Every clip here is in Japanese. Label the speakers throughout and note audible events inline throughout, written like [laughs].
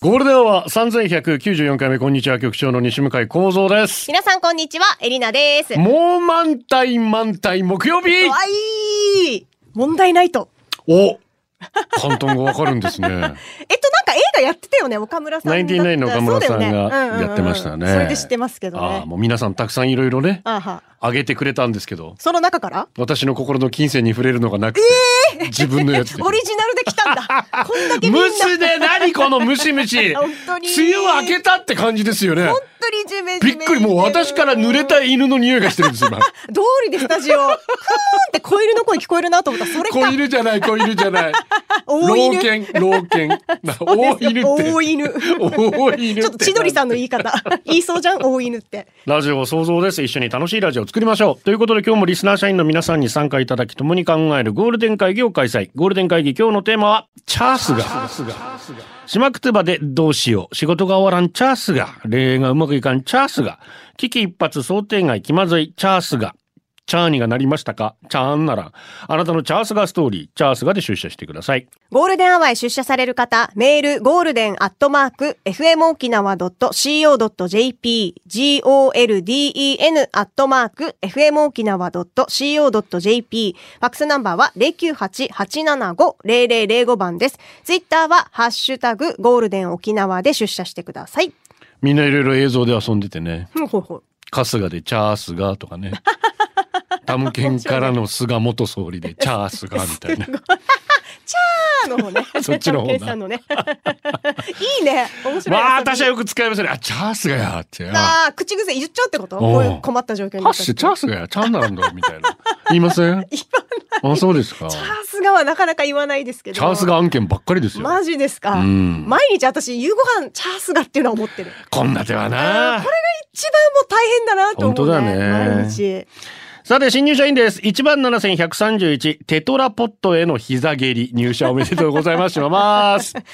Speaker 1: ゴールデンは三千百九十四回目こんにちは局長の西向井光三です。
Speaker 2: 皆さんこんにちは、エリナです。わ
Speaker 1: もう満体満体木曜日。
Speaker 2: いい問題ないと。
Speaker 1: お、関東語わかるん
Speaker 2: [laughs]
Speaker 1: ですね。
Speaker 2: えっと、なんか映画やってたよね、岡村さんだった。
Speaker 1: 99の岡村さんが
Speaker 2: そうだよね
Speaker 1: やってましたね
Speaker 2: うんうんうんそれで知ってますけど
Speaker 1: ああ、
Speaker 2: ね。
Speaker 1: もう皆さんたくさんいろいろね、
Speaker 2: あは。
Speaker 1: あげてくれたんですけど、
Speaker 2: その中から
Speaker 1: 私の心の金銭に触れるのがなくて、自分のやつで。
Speaker 2: [laughs] オリジナルで
Speaker 1: [laughs]
Speaker 2: 来たんだ。こんだけみんな。
Speaker 1: ムスで何このムシムシ。
Speaker 2: [laughs] 本当に
Speaker 1: 梅雨明けたって感じですよね
Speaker 2: 本。当にジメジ
Speaker 1: び
Speaker 2: メ
Speaker 1: っくりもう私から濡れた犬の匂いがしてるん
Speaker 2: [laughs]
Speaker 1: です今。
Speaker 2: 通りでスタジオ。クーンって子犬の声聞こえるなと思ったら、それか。
Speaker 1: 子犬じゃない子犬じゃない。
Speaker 2: [laughs] 大
Speaker 1: 老
Speaker 2: 犬。
Speaker 1: 犬、老犬。な大犬って。
Speaker 2: 大犬。
Speaker 1: 大犬て
Speaker 2: ちょっと千鳥さんの言
Speaker 1: [laughs]
Speaker 2: い方。言いそうじゃん、大犬って。
Speaker 1: ラジオは想像です。一緒に楽しいラジオを作りましょう。ということで今日もリスナー社員の皆さんに参加いただき、共に考えるゴールデン会議を開催。ゴールデン会議今日のテーマは、チャースが。島くてばでどうしよう。仕事が終わらんチャースが。恋愛がうまくいかんチャースが。危機一髪想定外気まずいチャースが。チャーにがなりましたかチャーンならん。あなたのチャースがストーリー、チャースがで出社してください。
Speaker 2: ゴールデンアワーへ出社される方、メール、ゴールデンアットマーク、fmokinawa.co.jp、golden アットマーク、fmokinawa.co.jp、ファックスナンバーは098-875-0005番です。ツイッターは、ハッシュタグ、ゴールデン沖縄で出社してください。
Speaker 1: みんないろいろ映像で遊んでてね。
Speaker 2: ほうほう。
Speaker 1: 春日でチャースがとか
Speaker 2: [laughs]
Speaker 1: ね。タムケンからの菅元総理
Speaker 2: [laughs]
Speaker 1: でチャースがみたいな。。
Speaker 2: あの方ね
Speaker 1: [laughs] そっちの方な
Speaker 2: 竹内さんのね。いいね。面白い。
Speaker 1: わあ、私はよく使いますね。あ、チャースがやって。あ
Speaker 2: あー口癖言っちゃうってこと
Speaker 1: おう
Speaker 2: こういう困った状況に
Speaker 1: ハ
Speaker 2: な
Speaker 1: ッ
Speaker 2: った時
Speaker 1: シュチャースがや、チャンなんだみたいな。言いません。あ、そうですか。
Speaker 2: チャースがはなかなか言わないですけど。
Speaker 1: チャースが案件ばっかりですよ。
Speaker 2: マジですか。
Speaker 1: うん
Speaker 2: 毎日私夕ご飯チャースがっていうのは思ってる。
Speaker 1: こんな手はな。
Speaker 2: 一番もう大変だなと
Speaker 1: 本
Speaker 2: 思う、ね。
Speaker 1: 当だね
Speaker 2: 毎日。
Speaker 1: さて、新入社員です。1番7131、テトラポットへの膝蹴り、入社おめでとうございます。し
Speaker 2: [laughs]
Speaker 1: ます。
Speaker 2: ソル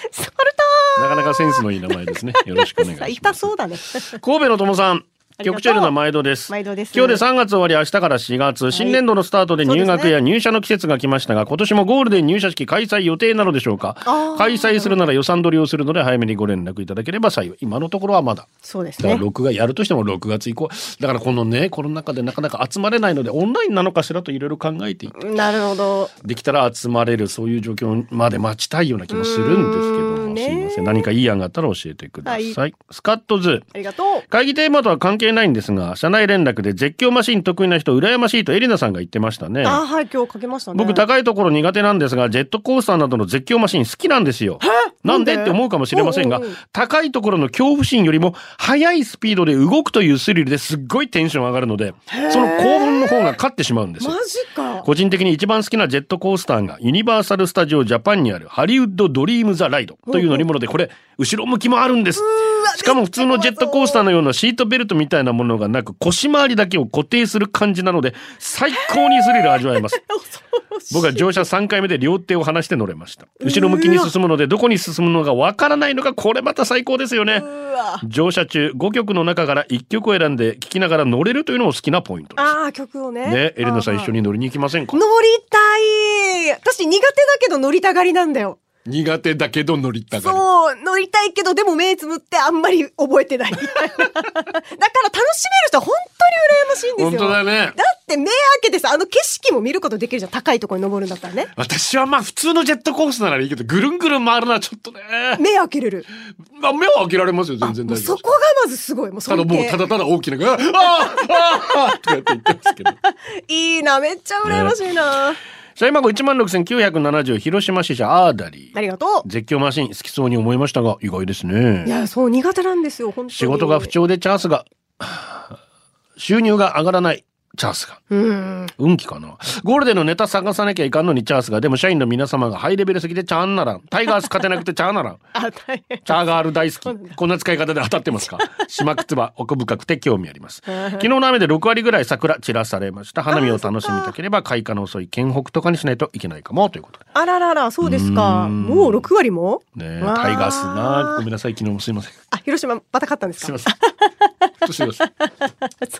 Speaker 1: なかなかセンスのいい名前ですね。よろしくお願いし
Speaker 2: ト
Speaker 1: ま
Speaker 2: ー
Speaker 1: す。
Speaker 2: [laughs] 痛そう
Speaker 1: [laughs]
Speaker 2: だね。
Speaker 1: 神戸の友さん。
Speaker 2: ありがとう
Speaker 1: 局長への毎度です。
Speaker 2: 毎度です
Speaker 1: 今日で3月終わり、明日から4月、新年度のスタートで入
Speaker 2: そうで
Speaker 1: 学
Speaker 2: す
Speaker 1: や入社の季節が来ましたが、今年もゴールデン入社式開催予定なのでしょうか
Speaker 2: あー
Speaker 1: 開催するなら予算取りをするので早めにご連絡いただければ幸い。今のところはまだ。
Speaker 2: そうです
Speaker 1: だから
Speaker 2: ね。
Speaker 1: 録画やるとしても6月以降。だからこのね、コロナ禍でなかなか集まれないので、オンラインなのかしらといろいろ考えていて、
Speaker 2: なるほど。
Speaker 1: できたら集まれる、そういう状況まで待ちたいような気もするんですけど
Speaker 2: うーん
Speaker 1: も、
Speaker 2: ね
Speaker 1: すいません。何かいい案があったら教えてください。
Speaker 2: は
Speaker 1: スカットズ。
Speaker 2: ありがとう。
Speaker 1: 会議テーマとは関係ないんですが、社内連絡で絶叫マシン得意な人羨ましいとエリナさんが言ってましたね。
Speaker 2: あーはい今日かけましたね。
Speaker 1: 僕高いところ苦手なんですが、ジェットコースターなどの絶叫マシン好きなんですよ。なんで
Speaker 2: なんで
Speaker 1: って思うかもしれませんが
Speaker 2: おうおうおう、
Speaker 1: 高いところの恐怖心よりも速いスピードで動くというスリルですっごいテンション上がるので、その興奮の方が勝ってしまうんですよ
Speaker 2: マ。ジか。
Speaker 1: 個人的に一番好きなジェットコースターがユニバーサル・スタジオ・ジャパンにあるハリウッド・ドリーム・ザ・ライドという乗り物でこれ後ろ向きもあるんですしかも普通のジェットコースターのようなシートベルトみたいなものがなく腰回りだけを固定する感じな
Speaker 2: [laughs]
Speaker 1: ので最高にスリルを味わえます僕は乗車3回目で両手を離して乗れました後ろ向きに進むのでどこに進むのかわからないのがこれまた最高ですよね乗車中5曲の中から1曲を選んで聴きながら乗れるというのも好きなポイントです
Speaker 2: ああ曲をね。
Speaker 1: ねエレナさん
Speaker 2: あー
Speaker 1: 一緒。に乗りに行きませんか
Speaker 2: 乗りたい。私苦手だけど乗りたがりなんだよ。
Speaker 1: 苦手だけど乗りたがる。
Speaker 2: そう、乗りたいけど、でも目つぶってあんまり覚え
Speaker 1: [laughs]
Speaker 2: てない。だから楽しめる人は本当に羨ましいんです
Speaker 1: 本
Speaker 2: よ。
Speaker 1: 当だね。
Speaker 2: だって目開けてさ、あの景色も見ることできるじゃん。高いところに登るんだったらね。
Speaker 1: 私はまあ普通のジェットコースターならいいけど、ぐるんぐるん回るのはちょっとね。
Speaker 2: 目開けれる。
Speaker 1: まあ目は開けられますよ、全然
Speaker 2: も
Speaker 1: 大
Speaker 2: う
Speaker 1: 丈夫
Speaker 2: そ
Speaker 1: で
Speaker 2: こがまずすごい。もう
Speaker 1: す。た
Speaker 2: 尊
Speaker 1: だもう
Speaker 2: 敬
Speaker 1: ただただ大きなが、あーあーあーとかやって言ってますけど。
Speaker 2: いいな、めっちゃ羨ましいな。
Speaker 1: 社員番号16,970広島支社アーダリ
Speaker 2: あ
Speaker 1: ー。
Speaker 2: りがとう。
Speaker 1: 絶叫マシン好きそうに思いましたが、意外です
Speaker 2: い
Speaker 1: ね。
Speaker 2: や、そう、苦手なんですよ、本当に。
Speaker 1: 仕事が不。調でチャンスが、はあ収入が上がらない。チャンスが。
Speaker 2: うん。
Speaker 1: 運気かな。ゴールデンのネタ探さなきゃいかんのにチャンスが。でも社員の皆様がハイレベルすぎてチャーンならん。タイガース勝てなくてチャーンならん。
Speaker 2: あ、大変。
Speaker 1: チャーガール大好き。こんな使い方で当たってます
Speaker 2: [laughs]
Speaker 1: か島靴は奥深くて興味あります。昨日の雨で6割ぐらい桜散らされました。花見を楽しみたければ開花の遅い県北とかにしないといけないかもということで。
Speaker 2: あららら、そうですか。
Speaker 1: うん
Speaker 2: もう六割も。
Speaker 1: ねえ
Speaker 2: わー
Speaker 1: タイガースな。ごめんなさい。昨日もすいません。
Speaker 2: あ、広島、また勝ったんです
Speaker 1: すい
Speaker 2: か
Speaker 1: ま。
Speaker 2: [laughs]
Speaker 1: せん。ほんとすいません。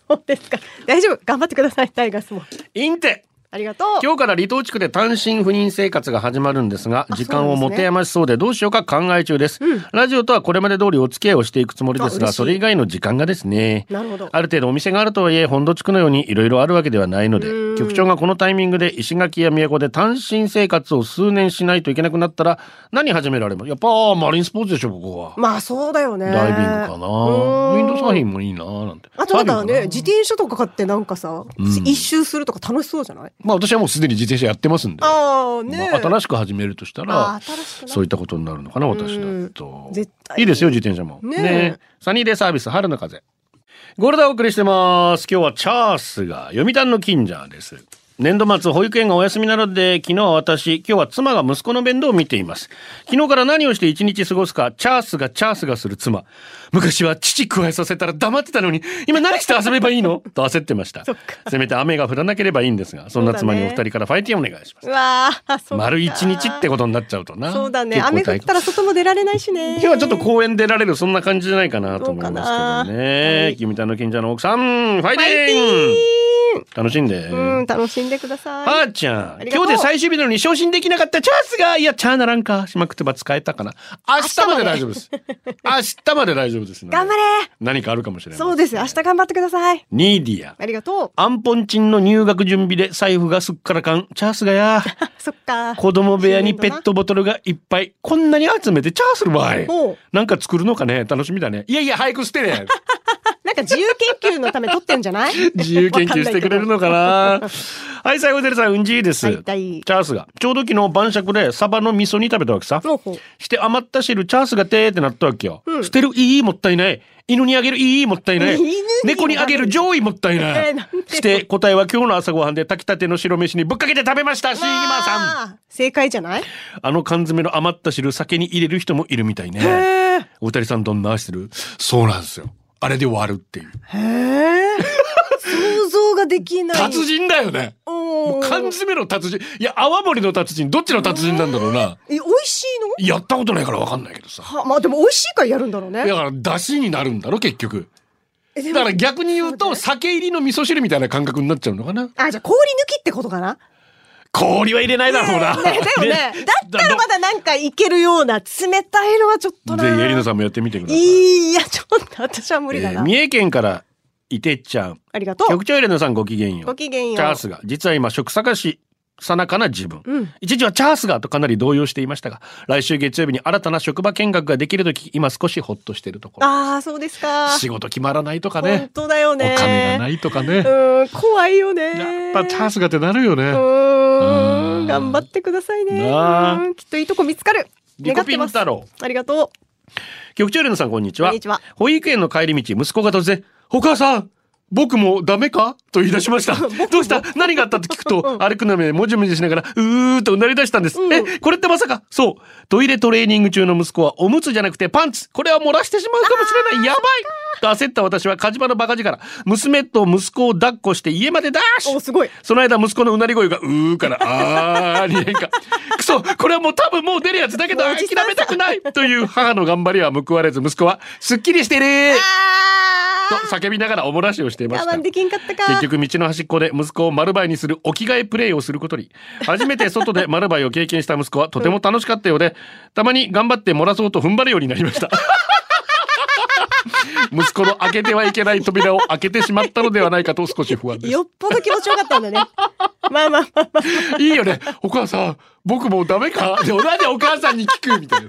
Speaker 2: そうですか。大丈夫、頑張ってください、タイガースも。
Speaker 1: インテ
Speaker 2: ありがとう。
Speaker 1: [laughs] 今日から離島地区で単身赴任生活が始まるんですが
Speaker 2: あ
Speaker 1: 時間を
Speaker 2: そうなん
Speaker 1: 持
Speaker 2: ですね
Speaker 1: て余しそうでどうしようか考え中です、
Speaker 2: うん
Speaker 1: ラジオとはこれまで通りお付き合いをしていくつもりです
Speaker 2: あ嬉
Speaker 1: が
Speaker 2: しい
Speaker 1: それ以外の時間がですね
Speaker 2: なるほど。
Speaker 1: ある程度お店があるとはいえ本土地区のようにいろいろあるわけではないので
Speaker 2: うん
Speaker 1: 局長がこのタイミングで石垣や宮古で単身生活を数年しないといけなくなったら何始められますやっぱマリンスポーツでしょここは、
Speaker 2: まあ、そうだよね。
Speaker 1: ダイビングかなウィンドサーフィンもいいななんて
Speaker 2: あとなん
Speaker 1: サーフ
Speaker 2: か
Speaker 1: ィンかな
Speaker 2: ね、自転車とか買ってなんかさ、一周するとか楽しそうじゃない
Speaker 1: まあ私はもうすでに自転車やってますんで
Speaker 2: ああ、ねえ。
Speaker 1: まあ、新しく始めるとした
Speaker 2: あ
Speaker 1: ら
Speaker 2: 新しくな
Speaker 1: そういったことになるのかな私だ
Speaker 2: う
Speaker 1: と
Speaker 2: ん絶対
Speaker 1: いいですよ自転車も
Speaker 2: ね
Speaker 1: ね
Speaker 2: え
Speaker 1: サニーデイサービス春の風ゴールドお送りしてます今日はチャースが読谷の近所です年度末保育園がお休みなので昨日は私今日は妻が息子の面倒を見ています昨日から何をして一日過ごすかチャースがチャースがする妻昔は父加えさせたら黙ってたのに今何して遊べばいいのと焦ってました
Speaker 2: [laughs] そっ
Speaker 1: せめて雨が降らなければいいんですがそんな妻にお二人からファイティンお願いします
Speaker 2: うわあ、そうか
Speaker 1: 丸一日ってことになっちゃうとな。
Speaker 2: そうだね。
Speaker 1: 結構
Speaker 2: 雨降っ
Speaker 1: 大変
Speaker 2: たら外も出られないしね。
Speaker 1: 今日はちょっと公園出られるそんな感じじゃないかなと思いますけど
Speaker 2: どうかなは
Speaker 1: ね
Speaker 2: い。
Speaker 1: 君たの賢者の奥さん、ファイティン楽しんで。
Speaker 2: うん、楽しんでください。
Speaker 1: はーちゃ
Speaker 2: あ
Speaker 1: ん、
Speaker 2: りが
Speaker 1: 今
Speaker 2: とう
Speaker 1: 日で最終日なのに昇進できなかったチャンスが、いや、チャーならんか。しまくってば使えたかな。明日まで大丈夫です。明日まで大丈夫ですので。
Speaker 2: 頑張れ
Speaker 1: 何かあるかもしれない。
Speaker 2: そうです。明日頑張ってください。
Speaker 1: ニーディア。
Speaker 2: ありがと
Speaker 1: アンポンチンの入学準備で財布がすっからかん。チャンスがや。
Speaker 2: う。そっか。
Speaker 1: 子供部屋にペットボトルがいっぱい。こんなに集めてチャーする場合。
Speaker 2: もう、
Speaker 1: なんか作るのかね楽しみだね。いやいや、早く捨て
Speaker 2: [laughs]
Speaker 1: ね。
Speaker 2: なんか自由研究のため撮ってんじゃない
Speaker 1: [laughs] 自由研究してくれるのかなはい、最後ゼルさん、うんじいです。
Speaker 2: はい
Speaker 1: チ
Speaker 2: 大い
Speaker 1: ャースが。ちょうど昨日晩酌でサバの味噌煮食べたわけさ。
Speaker 2: ほうほう
Speaker 1: して余った汁、チャースがてーってなったわけよ。
Speaker 2: うん
Speaker 1: 捨てる、いい、もったいない。犬にあげる、いい、もったいない
Speaker 2: 犬に。
Speaker 1: 猫にあげる、上位、もったいな
Speaker 2: え
Speaker 1: い
Speaker 2: ーなんで。
Speaker 1: して、答えは今日の朝ごはんで炊きたての白飯にぶっかけて食べました、シーギマさん。
Speaker 2: ん。正解じゃない
Speaker 1: あの缶詰の余った汁、酒に入れる人もいるみたいね。
Speaker 2: へえ。
Speaker 1: お二人さんどんなしてるそうなんですよ。あれで割るっていう。
Speaker 2: へえ。想像ができない。
Speaker 1: 達人だよね。もう
Speaker 2: おー
Speaker 1: 缶詰の達人。いや、泡盛の達人、どっちの達人なんだろうな。
Speaker 2: え、美味しいの
Speaker 1: やったことないからわかんないけどさ。
Speaker 2: はまあでも美味しいからやるんだろう
Speaker 1: だ
Speaker 2: ね。
Speaker 1: から、出汁になるんだろ、結局。
Speaker 2: えで
Speaker 1: だ
Speaker 2: も
Speaker 1: から逆に言うと、酒入りの味噌汁みたいな感覚になっちゃうのかな。
Speaker 2: あ、じゃあ氷抜きってことかな
Speaker 1: 氷は入れないだろうな。
Speaker 2: ねだよね。だったらまだなんかいけるような冷たいのはちょっとな。
Speaker 1: ぜひ、エリナさんもやってみてください。
Speaker 2: いや、ちょっと私は無理だ
Speaker 1: え
Speaker 2: な。
Speaker 1: ー三重県から、いてっちゃん。
Speaker 2: ありがとう
Speaker 1: 局。長エレナさんごきげんよう。
Speaker 2: ごきげんよう
Speaker 1: チャースが、実は今、食探し、さなかな自分。
Speaker 2: うん
Speaker 1: 一時はチャースがとかなり動揺していましたが、来週月曜日に新たな職場見学ができるとき、今少しほっとしているところ。
Speaker 2: ああ、そうですか。
Speaker 1: 仕事決まらないとか
Speaker 2: 本
Speaker 1: ね。
Speaker 2: 当だよ
Speaker 1: お
Speaker 2: ね。
Speaker 1: 金がないとかね。
Speaker 2: うん、怖いよね。
Speaker 1: やっぱチャースがってなるよ
Speaker 2: う
Speaker 1: ね。
Speaker 2: ー、
Speaker 1: うんん
Speaker 2: 頑張ってくださいね。
Speaker 1: なあ
Speaker 2: うんきっといいとこ見つかる。
Speaker 1: リ
Speaker 2: 願
Speaker 1: コ
Speaker 2: っ
Speaker 1: ピ
Speaker 2: て
Speaker 1: ン
Speaker 2: ます。
Speaker 1: 太郎。
Speaker 2: ありがとう。
Speaker 1: 局長エレナさんこんにちは。
Speaker 2: こんにちは
Speaker 1: 保育園の帰り道、息子が突然、お母さん僕もダメかと言い出しま
Speaker 2: [laughs]
Speaker 1: した。どうした何があったと聞くと、歩くなめ、もじもじしながら、うーっとうなり出したんです。
Speaker 2: うん
Speaker 1: え、これってまさかそう。トイレトレーニング中の息子は、おむつじゃなくてパンツこれは漏らしてしまうかもしれないやばいと焦った私は、火事場のバカ力、娘と息子を抱っこして家までダッシ
Speaker 2: お、
Speaker 1: ュ
Speaker 2: すごい。
Speaker 1: その間息子のうなり声が「うー」から「あー」に変
Speaker 2: [laughs]
Speaker 1: 化くそこれはもう多分もう出るやつだけど
Speaker 2: もう
Speaker 1: 諦
Speaker 2: おじさん
Speaker 1: めたくないという母の頑張りは報われず息子は「すっきりしてる!」
Speaker 2: あ
Speaker 1: と
Speaker 2: あ。
Speaker 1: 叫びながらおもらしをしていまし
Speaker 2: 我
Speaker 1: た
Speaker 2: 慢できんかったか。
Speaker 1: 結局道の端っこで息子を丸バイにするお着替えプレイをすることに初めて外で丸バイを経験した息子はとても楽しかったようでたまに頑張って漏らそうと踏ん張るようになりました
Speaker 2: [laughs]
Speaker 1: 息子の開けてはいけない扉を開けてしまったのではないかと少し不安です [laughs]
Speaker 2: [laughs] よっぽど気持ちよかったんだね。まあまあまあまあ。
Speaker 1: いいよね。お母さん、僕もうダメかでなんでお母さんに聞くみたいな。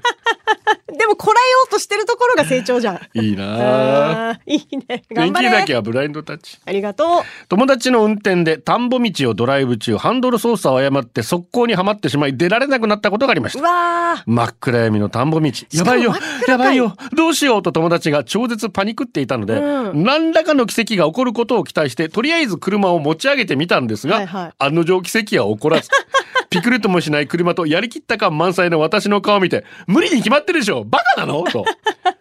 Speaker 2: でもこらえようとしてるところが成長じゃん。
Speaker 1: いい
Speaker 2: [laughs]
Speaker 1: なあ。
Speaker 2: あーいいね。頑
Speaker 1: 元
Speaker 2: 張
Speaker 1: 気だけ
Speaker 2: れ。
Speaker 1: はブラインドタッチ。
Speaker 2: ありがと
Speaker 1: 友達の運転で田んぼ道をドライブ中、ハンドル操作を誤って速攻にはまってしまい、出られなくなったことがありました
Speaker 2: う。う。わ
Speaker 1: 真っ暗闇の田んぼ道やばいよ
Speaker 2: しかも真っ
Speaker 1: や
Speaker 2: 暗かい
Speaker 1: ばいよどうしようと友達が超絶パニクっていたので、
Speaker 2: うん
Speaker 1: 何らかの奇跡が起こることを期待してとりあえず車を持ち上げてみたんですが、
Speaker 2: はいはい
Speaker 1: 案の定奇跡は起こ
Speaker 2: [laughs]
Speaker 1: らずピクルともしない車とやりきった感満載の私の顔を見て「無理に決まってるでしょバカなの?」と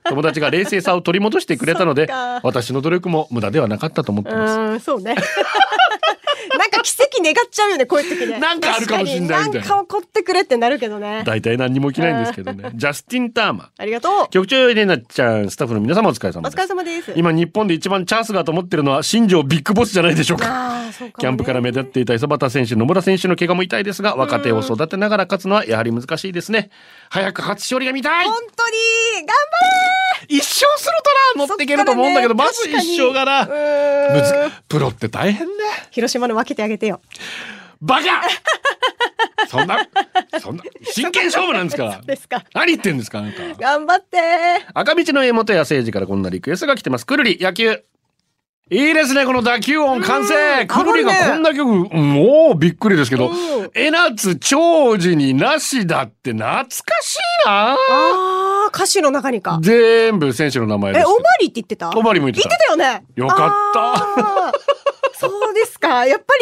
Speaker 1: 友達が冷静さを取り戻してくれたの
Speaker 2: [laughs]
Speaker 1: で
Speaker 2: そっか
Speaker 1: 私の努力も無駄ではなかったと思って
Speaker 2: ー。う
Speaker 1: ます。
Speaker 2: ーん、そうね。 [laughs] なんか奇跡願っちゃうよね、こういう時ね。
Speaker 1: なんかあるかもしんないみたいな
Speaker 2: 確かになんか起こってくれってなるけどね。
Speaker 1: 大体何にも起きないんですけど
Speaker 2: [laughs]
Speaker 1: ね。ジャスティン・ターマー。
Speaker 2: ありがとう。
Speaker 1: 局長、エレナちゃん、スタッフの皆様お疲れ
Speaker 2: お
Speaker 1: 様です
Speaker 2: 疲。れ様です。
Speaker 1: 今日本で一番チャンスだと思ってるのは新庄ビッグボスじゃないでしょうか。
Speaker 2: あーそうかもね
Speaker 1: キャンプから目立っていた磯端選手、野村選手の怪我も痛いですが、若手を育てながら勝つのはやはり難しいですね。早く初勝利が見たい
Speaker 2: 本当に頑
Speaker 1: 一勝するとな、乗っていけると思うんだけど、
Speaker 2: そっ
Speaker 1: ま
Speaker 2: から
Speaker 1: ず
Speaker 2: ね
Speaker 1: 一勝がな、
Speaker 2: 張れ
Speaker 1: む
Speaker 2: う
Speaker 1: ず
Speaker 2: ーん
Speaker 1: プロって大変ね。
Speaker 2: 広島の分けてあげてよ。
Speaker 1: バ
Speaker 2: [laughs]
Speaker 1: カそんな、そんな、真剣勝負なん
Speaker 2: [laughs]
Speaker 1: ですから。
Speaker 2: ですか。
Speaker 1: 何言ってんですか、なんか。
Speaker 2: 頑張って
Speaker 1: 赤道の江本や政治からこんなリクエストが来てます。くるり、野球。いいですね、この打球音完成。くるりが
Speaker 2: 上がるね
Speaker 1: こんな曲、もうびっくりですけど
Speaker 2: うん、
Speaker 1: えなつ長寿になしだって懐かしいな
Speaker 2: ああ、歌詞の中にか。
Speaker 1: 全部選手の名前で
Speaker 2: え、
Speaker 1: す
Speaker 2: オ。バリって言ってた
Speaker 1: オバリも言ってた
Speaker 2: 言ってたよね。
Speaker 1: よかった
Speaker 2: あー。そうですか。やっぱ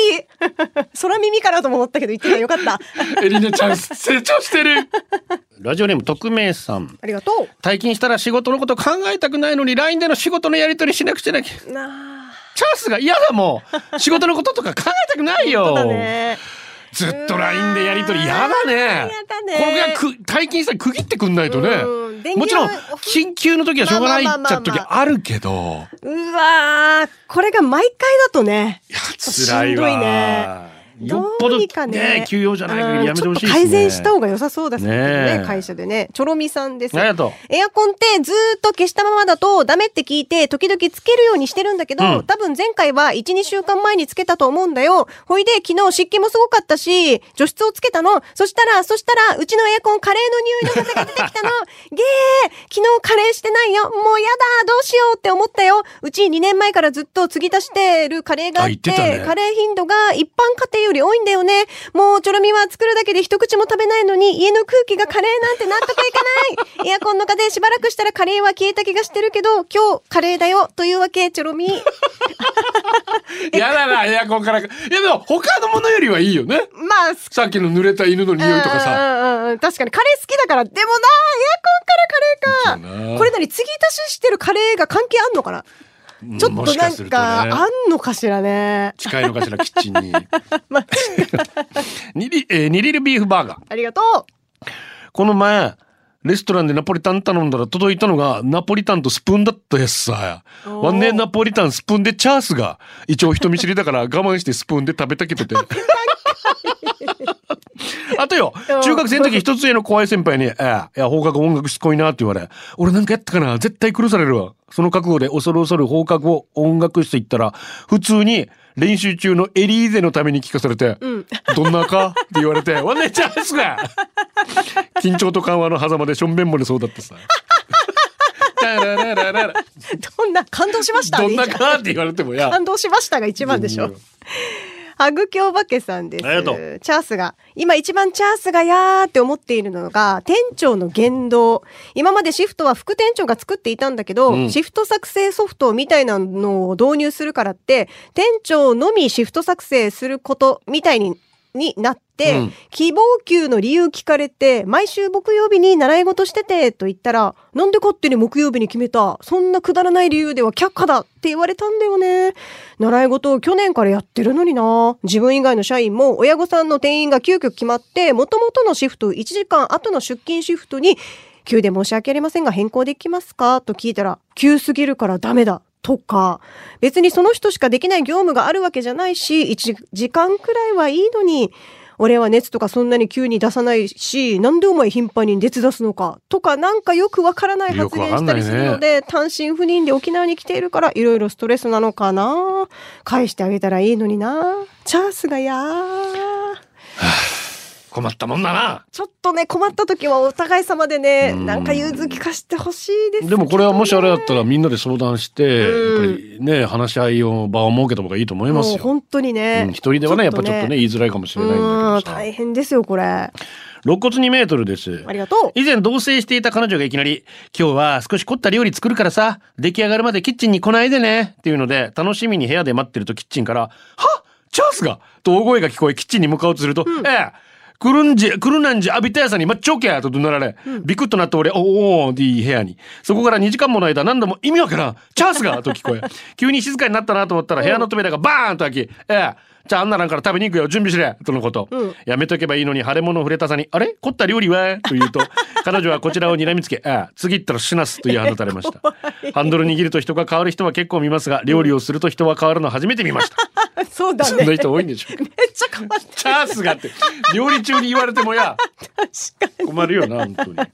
Speaker 2: り、 [laughs] 空耳かなとも思ったけど言ってたよかった。
Speaker 1: エリネちゃん、成長してる。ラジオネーム、匿名さん。
Speaker 2: ありがと
Speaker 1: 退勤したら仕事のこと考えたくないのに、LINE での仕事のやり取りしなくちゃなきゃ。
Speaker 2: う。なあ。
Speaker 1: チャンスが嫌だもん。仕事のこととか考えたくないよ。
Speaker 2: そうだね。
Speaker 1: ずっと LINE でやり取りやだね
Speaker 2: やだね
Speaker 1: これがく退勤したら区切ってくんないとね、
Speaker 2: うん電源
Speaker 1: もちろん
Speaker 2: は
Speaker 1: 緊急の時はしょうがないっ
Speaker 2: まあまあ
Speaker 1: ち
Speaker 2: ま
Speaker 1: ゃ
Speaker 2: あまあ
Speaker 1: 時あるけど、
Speaker 2: うわーこれが毎回だとね。
Speaker 1: いや辛いわよっぽど
Speaker 2: ど
Speaker 1: ね
Speaker 2: うにかね
Speaker 1: 休養じゃない限りやめてほしいですね
Speaker 2: うんちょっと改善した方が良さそうだね
Speaker 1: ね
Speaker 2: ね
Speaker 1: え
Speaker 2: 会社でね。チョロミさんです。
Speaker 1: ありがとう
Speaker 2: エアコンってずーっと消したままだとダメって聞いて時々つけるようにしてるんだけど、
Speaker 1: うん
Speaker 2: 多分前回は1、2週間前につけたと思うんだよ。ほいで昨日湿気もすごかったし、除湿をつけたの。そしたら、そしたらうちのエアコンカレーの匂いの風が出てき
Speaker 1: [laughs]
Speaker 2: たの。ゲー昨日カレーしてないよ。もうやだどうしようって思ったよ。うち2年前からずっと継ぎ足してるカレーがあっ
Speaker 1: あ
Speaker 2: て、
Speaker 1: 言ってたね
Speaker 2: カレー頻度が一般家庭より多いんだよね。もうチョロミは作るだけで一口も食べないのに、家の空気がカレーなんて納得いかない。エア [laughs] コンの風でしばらくしたらカレーは消えた気がしてるけど、今日カレーだよ。というわけ、チョロミ。
Speaker 1: やだなエアコンからいやでも他のものよりはいいよね
Speaker 2: [laughs] まあ、す
Speaker 1: さっきの濡れた犬の匂いとかさ
Speaker 2: うんうんうん。確かにカレー好きだから。でもな、エアコンから
Speaker 1: そ
Speaker 2: カレ
Speaker 1: うだ
Speaker 2: ー
Speaker 1: な
Speaker 2: か。これ何継ぎ足ししてるカレーが関係あんのかなちょっ
Speaker 1: も
Speaker 2: と
Speaker 1: し
Speaker 2: な
Speaker 1: か
Speaker 2: ん
Speaker 1: すると
Speaker 2: か、あ
Speaker 1: ね
Speaker 2: んのかしらね。
Speaker 1: 近いのかしらキッチン
Speaker 2: [laughs]
Speaker 1: ににり [laughs] えー、ニリルビーフバーガー
Speaker 2: ありがとう。
Speaker 1: この前、レストランでナポリタン頼んだら届いたのがナポリタンとスプーンだったやつさ。
Speaker 2: おー
Speaker 1: わんねナポリタンスプーンでチャースが。一応人見知りだから我慢してスプーンで食べたけどて。
Speaker 2: [laughs]
Speaker 1: あとよ、
Speaker 2: うん
Speaker 1: 中学生の時一つ上の怖い先輩に、えーいや、放課後音楽しつこいなって言われ、俺なんかやったかな絶対殺されるわ。その覚悟で恐る恐る放課後音楽室行ったら、普通に練習中のエリーゼのために聞かされて、
Speaker 2: ん
Speaker 1: どんなかって言われて、わんねチャースが緊張と緩和の狭間でしょんべん漏れそうだったさ。ララララララ
Speaker 2: どんな、感動しました
Speaker 1: どんな
Speaker 2: でいいじゃ
Speaker 1: かって言われてもや。
Speaker 2: 感動しましたが一番でしょ。はぐきおばけさんです。
Speaker 1: ありがとう
Speaker 2: チャースが。今一番チャースがやーって思っているのが、店長の言動。今までシフトは副店長が作っていたんだけど、
Speaker 1: うん
Speaker 2: シフト作成ソフトみたいなのを導入するからって、店長のみシフト作成することみたいに、になって、
Speaker 1: うん
Speaker 2: 希望給の理由聞かれて、毎週木曜日に習い事しててと言ったら、なんで勝手に木曜日に決めたそんなくだらない理由では却下だって言われたんだよね。習い事を去年からやってるのにな。自分以外の社員も親御さんの定員が急遽決まって、元々のシフト1時間後の出勤シフトに、急で申し訳ありませんが変更できますかと聞いたら、急すぎるからダメだ。とか、別にその人しかできない業務があるわけじゃないし、1時間くらいはいいのに、俺は熱とかそんなに急に出さないし、なんでお前頻繁に熱出すのかとか、なんかよくわからない
Speaker 1: よ
Speaker 2: 発
Speaker 1: くわ
Speaker 2: 言
Speaker 1: かん
Speaker 2: し
Speaker 1: な
Speaker 2: た
Speaker 1: いね
Speaker 2: りするので、単身赴任で沖縄に来ているから、いろいろストレスなのかな返してあげたらいいのになチャンスがやー
Speaker 1: 困ったもんだな。
Speaker 2: ちょっとね困った時はお互い様でね
Speaker 1: うん
Speaker 2: なんか融通聞かしてほしいですけどね
Speaker 1: でもこれはもしあれだったらみんなで相談して、やっ
Speaker 2: うん
Speaker 1: ぱりね、話し合いを場を設けた方がいいと思いま
Speaker 2: も
Speaker 1: す
Speaker 2: う
Speaker 1: よ。
Speaker 2: 本当に
Speaker 1: う
Speaker 2: ね
Speaker 1: ん、一人ではね、やっぱちょっとね、言いづらいかもしれないん
Speaker 2: う
Speaker 1: だ
Speaker 2: ん
Speaker 1: けどさ。
Speaker 2: 大変ですよこれあ
Speaker 1: 肋骨2メートルです。
Speaker 2: りがとう
Speaker 1: 以前同棲していた彼女がいきなり、今日は少し凝った料理作るからさ、出来上がるまでキッチンに来ないでね、っていうので、楽しみに部屋で待ってるとキッチンから、はチャンスがと大声が聞こえキッチンに向かおうとすると、ええ、来るんじ、来るなんじ、浴びたやさに待っちょけと怒鳴られ、ビクッとなって俺、おおーっていい部屋に。そこから2時間もの間何度も意味わからんチャンスがと聞こえ、急に静かになったなと思ったら部屋の扉がバーンと開き、ええ、じゃああんならんから食べに行くよ準備しれとのこと、やめとけばいいのに腫れ物を触れたさに「あれ凝った料理は?」と
Speaker 2: [laughs]
Speaker 1: 言うと彼女はこちらを睨みつけ「ああ次行ったら死なす」と言い放たれま
Speaker 2: [laughs]
Speaker 1: したハンドル握ると人が変わる人は結構見ますが料理をすると人は変わるの初めて見ました
Speaker 2: そう [laughs] だ
Speaker 1: そ
Speaker 2: ね
Speaker 1: んな人多いんでしょうか
Speaker 2: [laughs] めっちゃ変わって
Speaker 1: チャンスがあって料理中に言われてもや困るよな本当に
Speaker 2: でも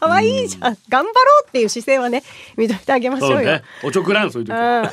Speaker 2: 可愛いじゃん頑張ろうっていう姿勢はね認めてあげましょう
Speaker 1: そ
Speaker 2: よ
Speaker 1: うねおちょくらんそういう時
Speaker 2: うん
Speaker 1: は、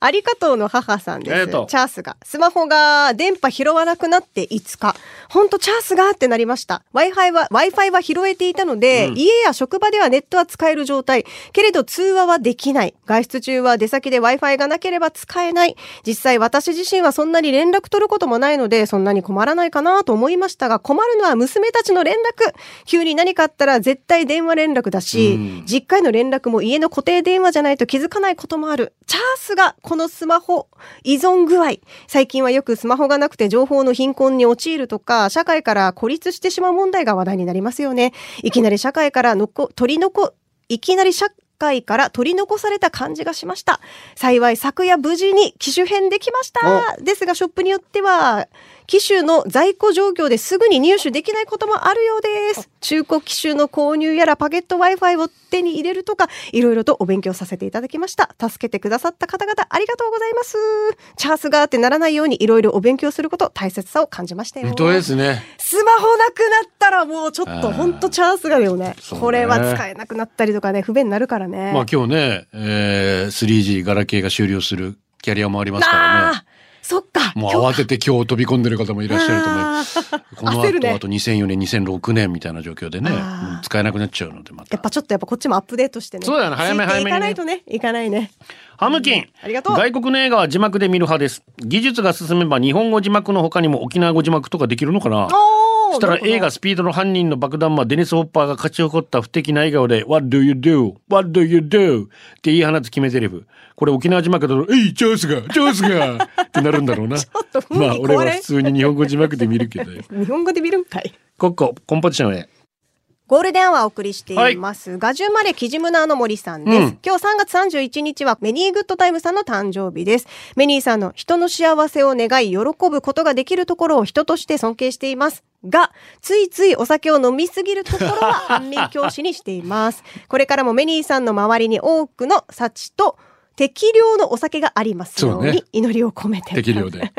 Speaker 2: ありがとうの母さんです。
Speaker 1: ありがとう
Speaker 2: チャースが。スマホが電波拾わなくなって5日。ほんとチャースがってなりました。Wi-Fi は、Wi-Fi は拾えていたので、家や職場ではネットは使える状態。けれど通話はできない。外出中は出先で Wi-Fi がなければ使えない。実際私自身はそんなに連絡取ることもないので、そんなに困らないかなと思いましたが、困るのは娘たちの連絡。急に何かあったら絶対電話連絡だし、実家への連絡も家の固定電話じゃないと気づかないこともある。チャースがこのスマホ依存具合。最近はよくスマホがなくて情報の貧困に陥るとか、社会から孤立してしまう問題が話題になりますよね。いきなり社会からのこ取り残、いきなり社会から取り残された感じがしました。幸い昨夜無事に機種変できました。ですがショップによっては、機種の在庫状況ですぐに入手できないこともあるようです。中古機種の購入やらパケット Wi-Fi を手に入れるとか、いろいろとお勉強させていただきました。助けてくださった方々ありがとうございます。チャンスがあってならないようにいろいろお勉強すること、大切さを感じましたよ。
Speaker 1: 本当ですね
Speaker 2: スマホなくなったらもうちょっ
Speaker 1: あー
Speaker 2: と本当チャンスがだよね
Speaker 1: そうね
Speaker 2: これは使えなくなったりとかね不便になるからね。
Speaker 1: まあ今日ね、えー、3G ガラケーが終了するキャリアもありますからね
Speaker 2: あーそっか。
Speaker 1: もう慌てて今日飛び込んでる方もいらっしゃると思います
Speaker 2: あー
Speaker 1: この
Speaker 2: 焦
Speaker 1: 後、
Speaker 2: るね
Speaker 1: あと2004年2006年みたいな状況でね、
Speaker 2: あー
Speaker 1: うん使えなくなっちゃうのでまた
Speaker 2: やっぱちょっとやっぱこっちもアップデートしてね。
Speaker 1: そうだよね早め
Speaker 2: ついてい
Speaker 1: 早
Speaker 2: か
Speaker 1: め
Speaker 2: な
Speaker 1: にね
Speaker 2: いとね、いかないね。
Speaker 1: ハムキン
Speaker 2: ありがとう
Speaker 1: 外国の映画は字幕で見る派です技術が進めば日本語字幕の他にも沖縄語字幕とかできるのかな
Speaker 2: おー
Speaker 1: そしたら映画「スピードの犯人の爆弾魔デニス・ホッパーが勝ち誇った不敵な笑顔で「What do you do? What do you do?」って言い放つ決め台詞これ沖縄字幕だと「えいチャンスがチャンスが!」 [laughs] ってなるんだろうなちょ
Speaker 2: っと雰囲気
Speaker 1: まあ俺
Speaker 2: 壊
Speaker 1: は
Speaker 2: れ
Speaker 1: 普通に日本語字幕で見るけどよ
Speaker 2: 日本語で見るんかい。
Speaker 1: コッココンポジショ
Speaker 2: [laughs]
Speaker 1: ンへ
Speaker 2: ゴールデンアワーをお送りしています。ガジュマレキジムナーの森さんです。
Speaker 1: うん
Speaker 2: 今日3月31日はメニーグッドタイムさんの誕生日です。メニーさんの人の幸せを願い、喜ぶことができるところを人として尊敬しています。が、ついついお酒を飲みすぎるところは反面教師にしています。 [laughs] これからもメニーさんの周りに多くの幸と適量のお酒がありますよ
Speaker 1: そ
Speaker 2: う
Speaker 1: うね
Speaker 2: に祈りを込めて。
Speaker 1: 適量で。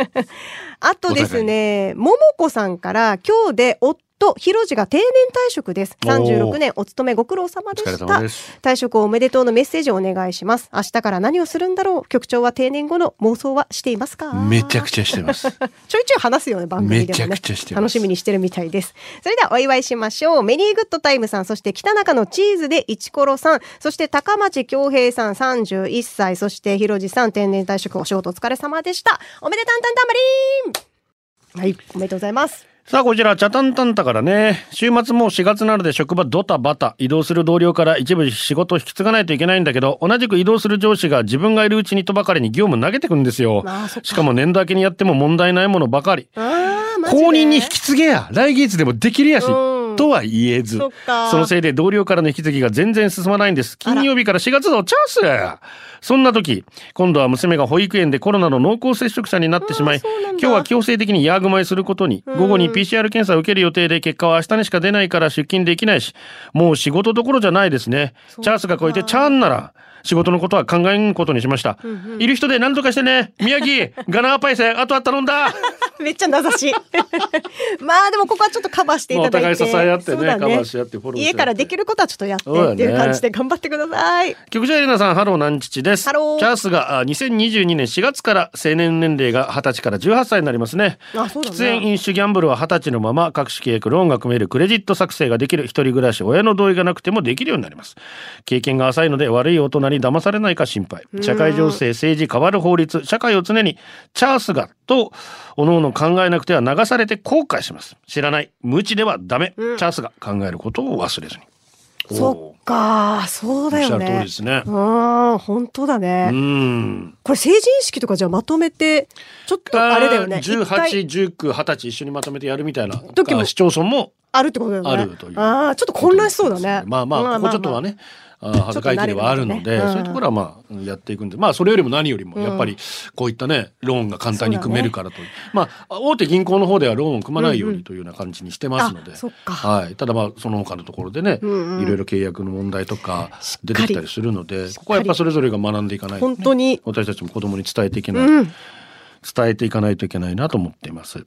Speaker 2: あとですね、ももこさんから今日で夫ひろじが定年退職です。36年お勤めご苦労様
Speaker 1: お
Speaker 2: で
Speaker 1: 疲れ
Speaker 2: した。
Speaker 1: 様です
Speaker 2: 退職おめでとうのメッセージをお願いします。明日から何をするんだろう局長は定年後の妄想はしていますか
Speaker 1: めちゃく
Speaker 2: ちゃ。
Speaker 1: ちゃしてます
Speaker 2: ちょいちょい話すよね、番組でもね。
Speaker 1: めちゃくちゃしてます
Speaker 2: 楽しみにしてるみたいです。それではお祝いしましょう。メリーグッドタイムさん、そして北中のチーズでイチコロさん、そして高町京平さん31歳、そしてひろじさん定年退職お仕事お疲れ様でした。おめでたんたんたんまりーんはい、おめでとうございます。
Speaker 1: さあ、こちら、チャタンタンタからね、週末もう4月なので職場ドタバタ、移動する同僚から一部仕事を引き継がないといけないんだけど、同じく移動する上司が自分がいるうちにとばかりに業務投げてくんですよ。
Speaker 2: あーそっか
Speaker 1: しかも年度明けにやっても問題ないものばかり。
Speaker 2: あー、マジで
Speaker 1: 公認に引き継げや、来月でもできるやし、
Speaker 2: うん
Speaker 1: とは言えず
Speaker 2: そっか
Speaker 1: のせいで同僚からの引き継ぎが全然進まないんです。金曜日から4月のチャンスやそんな時、今度は娘が保育園でコロナの濃厚接触者になってしまい、
Speaker 2: そうなんだ
Speaker 1: 今日は強制的にヤーグマイすることに、午後に PCR 検査を受ける予定で結果は明日にしか出ないから出勤できないし、もう仕事どころじゃないですね。チャンスが超えてチャンなら、仕事のことは考えんことにしました、いる人で何とかしてね宮城ガナーパイセンあとは頼んだ
Speaker 2: [laughs] めっちゃ名指し。 [laughs] まあでもここはちょっとカバーしていただいて。
Speaker 1: お互い支え合ってね
Speaker 2: そうだ
Speaker 1: カバーし合ってフォローし合って
Speaker 2: 家からできることはちょっとやって
Speaker 1: そうだね
Speaker 2: っていう感じで頑張ってください。
Speaker 1: 局長エレナさんハローなんちちです
Speaker 2: ハロー
Speaker 1: チャースがあ2022年4月から成年年齢が20歳から18歳になりますね
Speaker 2: あそうだね
Speaker 1: 喫煙飲酒ギャンブルは20歳のまま各種契約ローンが組めるクレジット作成ができる一人暮らし親の同意がなくてもできるようになります経験が浅いので悪い大人に騙されないか心配社会情勢政治変わる法律社会を常にチャースがとおのおの考えなくては流されて後悔します知らない無知ではダメ、チャースが考えることを忘れずに
Speaker 2: そっか、そうだよ
Speaker 1: おっしゃる通り
Speaker 2: ね
Speaker 1: で。すね
Speaker 2: うん、本当だね。
Speaker 1: うん
Speaker 2: これ成人式とかじゃあまとめて、ちょっとあれだよね。
Speaker 1: 十
Speaker 2: 一回
Speaker 1: 八、十九、二十歳一緒にまとめてやるみたいな
Speaker 2: 時も
Speaker 1: あ市町村も
Speaker 2: あるってことだよね。
Speaker 1: あるという。
Speaker 2: ああ、ちょっと混乱しそうだね。
Speaker 1: まあまあここちょっとはね。あー恥ずかいてではあるの
Speaker 2: ちょっと慣
Speaker 1: で、
Speaker 2: れるのねうん
Speaker 1: そういうところはまあやっていくんで、まあそれよりも何よりもやっぱりこういったねローンが簡単に組めるからという、まあ大手銀行の方ではローンを組まないようにというような感じにしてますので、
Speaker 2: あそっか
Speaker 1: はい。ただまあその他のところでね、
Speaker 2: うんうん
Speaker 1: いろいろ契約の問題とか
Speaker 2: しっか
Speaker 1: 出
Speaker 2: り
Speaker 1: てきたりするので、ここはやっぱそれぞれが学んでいかないと、ね、
Speaker 2: 本当に
Speaker 1: 私たちも子供に伝えていけない、
Speaker 2: うん。
Speaker 1: 伝えていかないといけないなと思っています。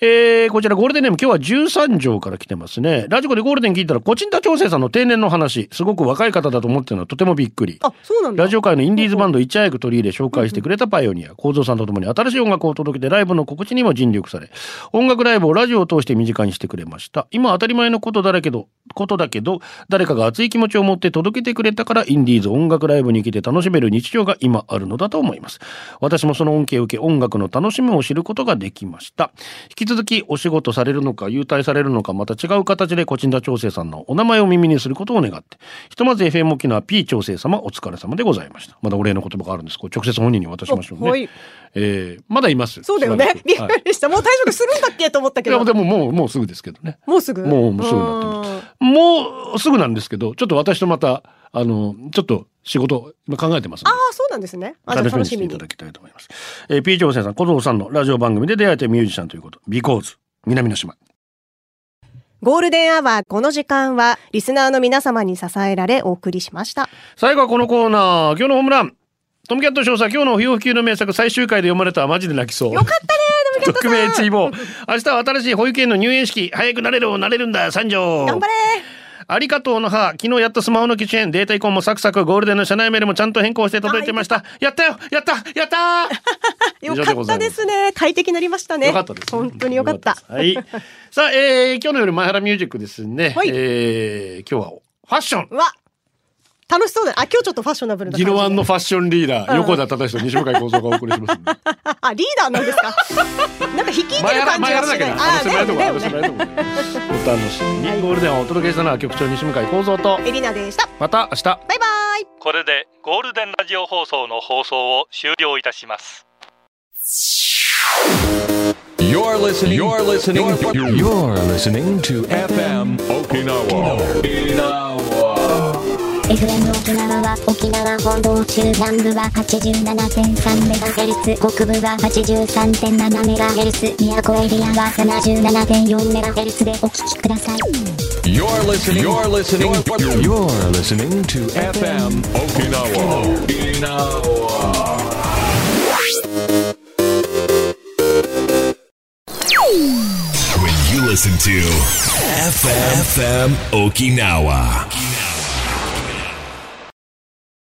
Speaker 1: えーこちらゴールデンネーム今日は13条から来てますね。ラジコでゴールデン聞いたら、コチンタ調整さんの定年の話、すごく若い方だと思ってるのはとてもびっくり。
Speaker 2: あ、そうなんだ。
Speaker 1: ラジオ界のインディーズバンドをいち早く取り入れ紹介してくれたパイオニア、幸三さんと共に新しい音楽を届けてライブの告知にも尽力され、音楽ライブをラジオを通して身近にしてくれました。今当たり前のことだらけど、ことだけど、誰かが熱い気持ちを持って届けてくれたから、インディーズ音楽ライブに来て楽しめる日常が今あるのだと思います。私もその恩恵を受け、音楽の楽しみを知ることができました。引き続きお仕事されるのか、優待されるのか、また違う形でコチンダ調整さんのお名前を耳にすることを願って、ひとまず FM 沖縄 P 調整様お疲れ様でございました。まだお礼の言葉があるんです。これ直接本人に渡しましょうね。
Speaker 2: おはい
Speaker 1: えーまだいます。
Speaker 2: そうだよ
Speaker 1: し
Speaker 2: ね
Speaker 1: ばら。く
Speaker 2: [laughs] びっ
Speaker 1: はい
Speaker 2: くりした。もう退職するんだっけと思った
Speaker 1: い
Speaker 2: け
Speaker 1: や
Speaker 2: ど。
Speaker 1: でももうもうすぐですけどね。
Speaker 2: もうすぐ
Speaker 1: もうもうすぐになってます
Speaker 2: うん
Speaker 1: もうすぐなんですけど、ちょっと私とまたあのちょっと仕事今考えてますんで
Speaker 2: ああ、そうなんですね。あじゃあ
Speaker 1: 楽しみ
Speaker 2: 楽
Speaker 1: に
Speaker 2: し
Speaker 1: して
Speaker 2: み
Speaker 1: い
Speaker 2: に
Speaker 1: た。だきたいと思います。えー、P 長生さん、小僧さんのラジオ番組で出会えたミュージシャンということ、ビコーズ、南の島。
Speaker 2: ゴールデンアワー、この時間は、リスナーの皆様に支えられお送りしました。
Speaker 1: 最後はこのコーナー、今日のホームラン。トムキャット少佐、今日の不要不急の名作最終回で読まれたらマジで泣きそう。よかったね、トムキャットさん。匿名チーボー。明日は新しい保育園の入園式、早くなれるなれるんだ、三条。
Speaker 2: 頑張れ
Speaker 1: ありがとうの母、昨日やっとスマホの機種変、データ移行もサクサク、ゴールデンの社内メールもちゃんと変更して届いてました。やったよやったやったー
Speaker 2: よ
Speaker 1: 以上で
Speaker 2: か
Speaker 1: ご
Speaker 2: っ
Speaker 1: ざい
Speaker 2: た
Speaker 1: ます
Speaker 2: ですね。快適になりましたね。
Speaker 1: よかったです、
Speaker 2: 本当によかった。
Speaker 1: はい。さあ、えー、今日の夜、前原ミュージックですね。
Speaker 2: はい
Speaker 1: えー、今日はファッション
Speaker 2: う。わ楽しそうだ。あ、今日ちょっとファッショナブルな
Speaker 1: ギ
Speaker 2: 感じで
Speaker 1: ロワンのファッションリーダー、横田忠史と西向井幸三がお送りし
Speaker 2: [laughs]
Speaker 1: ますんで。
Speaker 2: あ、リーダーなんですかなんか率いてる
Speaker 1: 前原
Speaker 2: 感じ
Speaker 1: 前
Speaker 2: が
Speaker 1: 原だ
Speaker 2: し
Speaker 1: け
Speaker 2: ない。
Speaker 1: ど、
Speaker 2: あ、
Speaker 1: 話せないとこ、
Speaker 2: だよ
Speaker 1: 話せ
Speaker 2: ね。
Speaker 1: ないとこ。
Speaker 2: [laughs]
Speaker 1: お楽しみに。ゴールデンをお届けしたのは局長西向井幸三と、
Speaker 2: エリナでした。
Speaker 1: また明日。
Speaker 2: バイバイ
Speaker 3: これでゴールデンラジオ放送の放送を終了いたします
Speaker 4: You're listening. You're listening. You're, you're listening to FM Okinawa. Okinawa.
Speaker 5: FM 沖縄は沖縄本島中南部は 87.3MHz 北部は 83.7MHz 宮古エリアは 77.4MHz でお聞きください
Speaker 4: You're listening. You're listening. You're, you're listening to FM Okinawa. Okinawa.
Speaker 6: when you listen to FM, FM Okinawa.